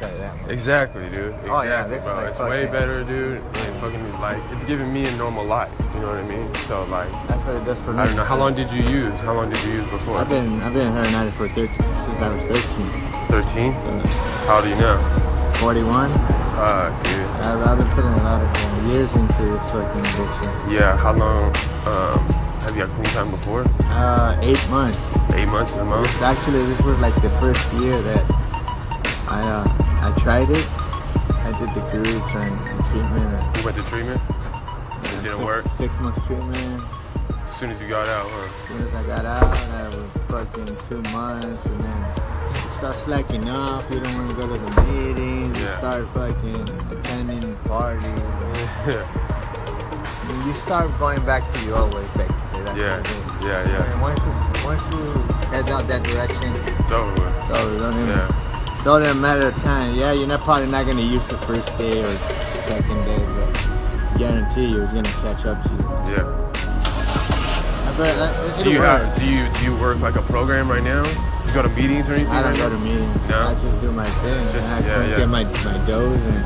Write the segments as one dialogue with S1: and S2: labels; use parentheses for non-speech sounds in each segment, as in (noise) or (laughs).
S1: tell you that much.
S2: Exactly, dude. Exactly,
S1: Oh, yeah, this is
S2: bro.
S1: like
S2: it's way
S1: fucking-
S2: better, dude. Like fucking like it's giving me a normal life. You know what I mean? So like
S1: That's what it does for me.
S2: I don't know. How long did you use? How long did you use before?
S1: I've been I've been heroinized for 13, since I was 13.
S2: Thirteen. How do you know?
S1: 41.
S2: Fuck, dude.
S1: I've, I've been putting a lot of uh, years into this fucking addiction.
S2: Yeah. How long? Um, have you had clean time before?
S1: Uh, eight months.
S2: Eight months is the most.
S1: This actually this was like the first year that I uh, I tried it. I did the groups and and treatment. And,
S2: You went to treatment. It didn't
S1: six,
S2: work.
S1: Six months treatment.
S2: As soon as you got out, huh?
S1: As soon as I got out, I was fucking two months, and then you start slacking off. You don't want to go to the meetings.
S2: Yeah.
S1: You start fucking attending parties. and You start going back to your old ways, basically. That's
S2: (laughs) yeah.
S1: What it is.
S2: Yeah. Yeah.
S1: And once you once you head out that direction,
S2: It's over. with.
S1: it's over. Don't even
S2: Yeah.
S1: It's only a matter of time. Yeah, you're not probably not gonna use the first day or second day, but guarantee you it's gonna catch up to you.
S2: Yeah.
S1: But uh, it,
S2: Do
S1: it'll
S2: you
S1: work.
S2: have? Do you do you work like a program right now? You go to meetings or anything?
S1: I don't
S2: right
S1: go
S2: now?
S1: to meetings.
S2: No?
S1: I just do my thing. and
S2: Just-
S1: I
S2: yeah,
S1: just
S2: yeah.
S1: get my my dose and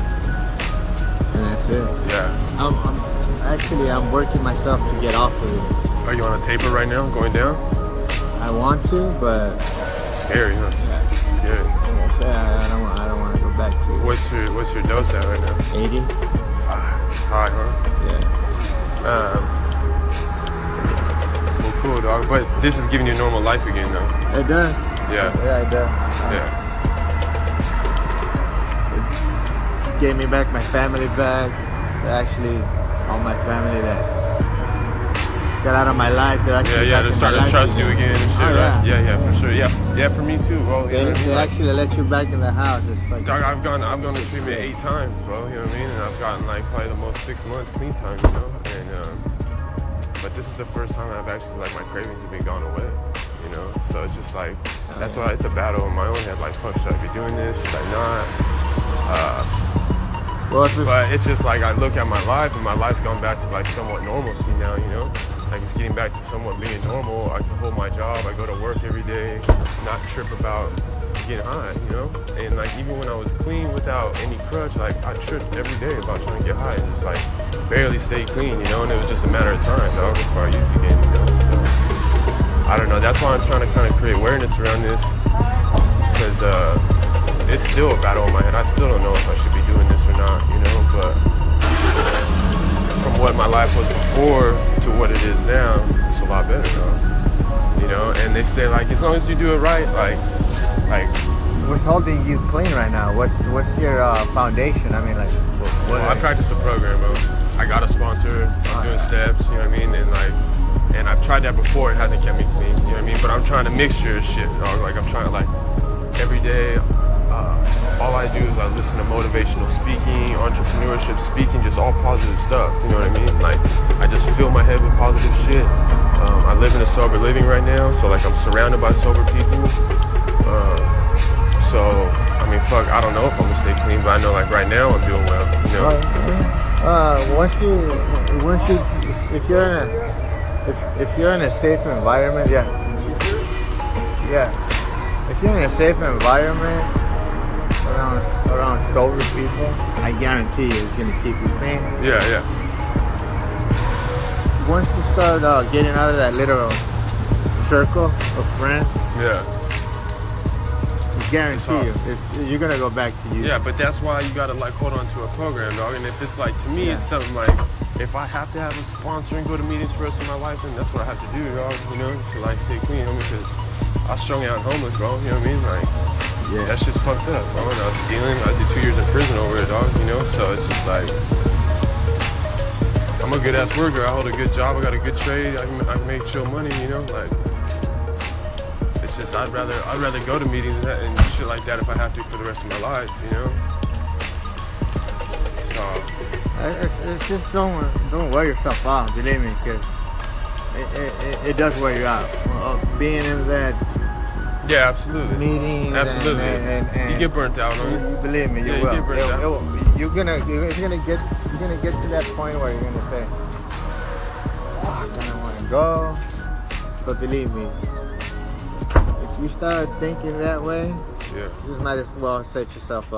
S1: and that's it.
S2: Yeah.
S1: I'm, I'm actually I'm working myself to get off of this.
S2: Are you on a taper right now? Going down?
S1: I want to, but
S2: Scary, huh? Scary.
S1: like I said, I I don't want I don't want to go back to
S2: What's your What's your dose at right now?
S1: 80.
S2: Five. High, huh?
S1: Yeah.
S2: Um. Well, cool, dog. But this is giving you normal life again, though.
S1: It does.
S2: Yeah.
S1: Yeah, it does. Uh,
S2: Yeah.
S1: gave me back my family back. Actually, all my family that got out of my life. They're
S2: Yeah,
S1: actually
S2: yeah.
S1: back
S2: They're
S1: in
S2: starting
S1: my
S2: to
S1: life
S2: trust you again and
S1: Oh,
S2: shit, right?
S1: yeah.
S2: Yeah, yeah, for sure. Yeah, yeah, for me too, bro.
S1: They,
S2: You know what I mean?
S1: they
S2: Like,
S1: actually let you back in the house. It's like,
S2: Dog, I've gone, I've gone to treatment eight times, bro. You know what I mean? And I've gotten like probably the most six months clean time, you know. And um, but this is the first time I've actually like my cravings have been gone away, you know. So it's just like that's why it's a battle in my own head. Like, fuck, should I be doing this? Should I not?
S1: well, it's just,
S2: But it's just like I look at my life, and my life's gone back to like somewhat normalcy now, you know. Like it's getting back to somewhat being normal. I can hold my job. I go to work every day, not trip about getting high, you know. And like even when I was clean without any crutch, like I tripped every day about trying to get high and just like barely stay clean, you know. And it was just a matter of time, dog, before I used again, you know. So, I don't know. That's why I'm trying to kind of create awareness around this because uh, it's still a battle in my head. I still don't know if I should be doing this or not, you know. But from what my life was before to what it is now, it's a lot better, though. You know. And they say like, as long as you do it right, like, like
S1: what's holding you clean right now? What's what's your uh, foundation? I mean, like, what, what
S2: Well, I practice a program, bro. I got a sponsor. I'm doing steps. You know what I mean? And like, and I've tried that before. It hasn't kept me clean. You know what I mean? But I'm trying to mixture of shit, dog. Like I'm trying to like every day. Uh, all I do is I listen to motivational speaking, entrepreneurship speaking, just all positive stuff. You know what I mean? Like I just fill my head with positive shit. Um, I live in a sober living right now, so like I'm surrounded by sober people. Um, so, I mean, fuck, I don't know if I'm gonna stay clean, but I know like right now I'm doing well. You know?
S1: uh, once you once you if you're in a if, if you're in a safe environment, yeah, yeah. If you're in a safe environment around around sober people, I guarantee you it's gonna keep you clean.
S2: Yeah, yeah,
S1: Once you start uh, getting out of that little circle of friends,
S2: yeah.
S1: I guarantee
S2: all-
S1: you, it's, you're gonna go back to you.
S2: Yeah, but that's why you gotta like hold on to a program, dog. And if it's like, to me,
S1: Yeah.
S2: it's something like, if I have to have a sponsor and go to meetings for the rest of my life, then that's what I have to do, dog, you know, to like stay clean, you know, because I strung out homeless, bro, you know what I mean? Like,
S1: Yeah.
S2: that's just fucked up, bro. And I was stealing, I did two years in prison over it, dog, you know, so it's just like, I'm a good ass worker. I hold a good job. I got a good trade. I can, I can make chill money. You know, like it's just I'd rather I'd rather go to meetings and, that- and shit like that if I have to for the rest of my life. You know. So
S1: I- It's, it's just don't don't wear yourself out. Believe me, because it, it, it, it does wear you out. Uh, being in that
S2: yeah, absolutely,
S1: meeting, and-
S2: absolutely.
S1: and, and, and,
S2: you get burnt out on it.
S1: you- believe me, you
S2: Yeah, you
S1: will.
S2: get burnt out.
S1: you are gonna you're gonna get you're gonna get to that point where you're gonna say, "Fuck, I don't want to go. But believe me, if you start thinking that way,
S2: Yeah.
S1: you might as well set yourself up.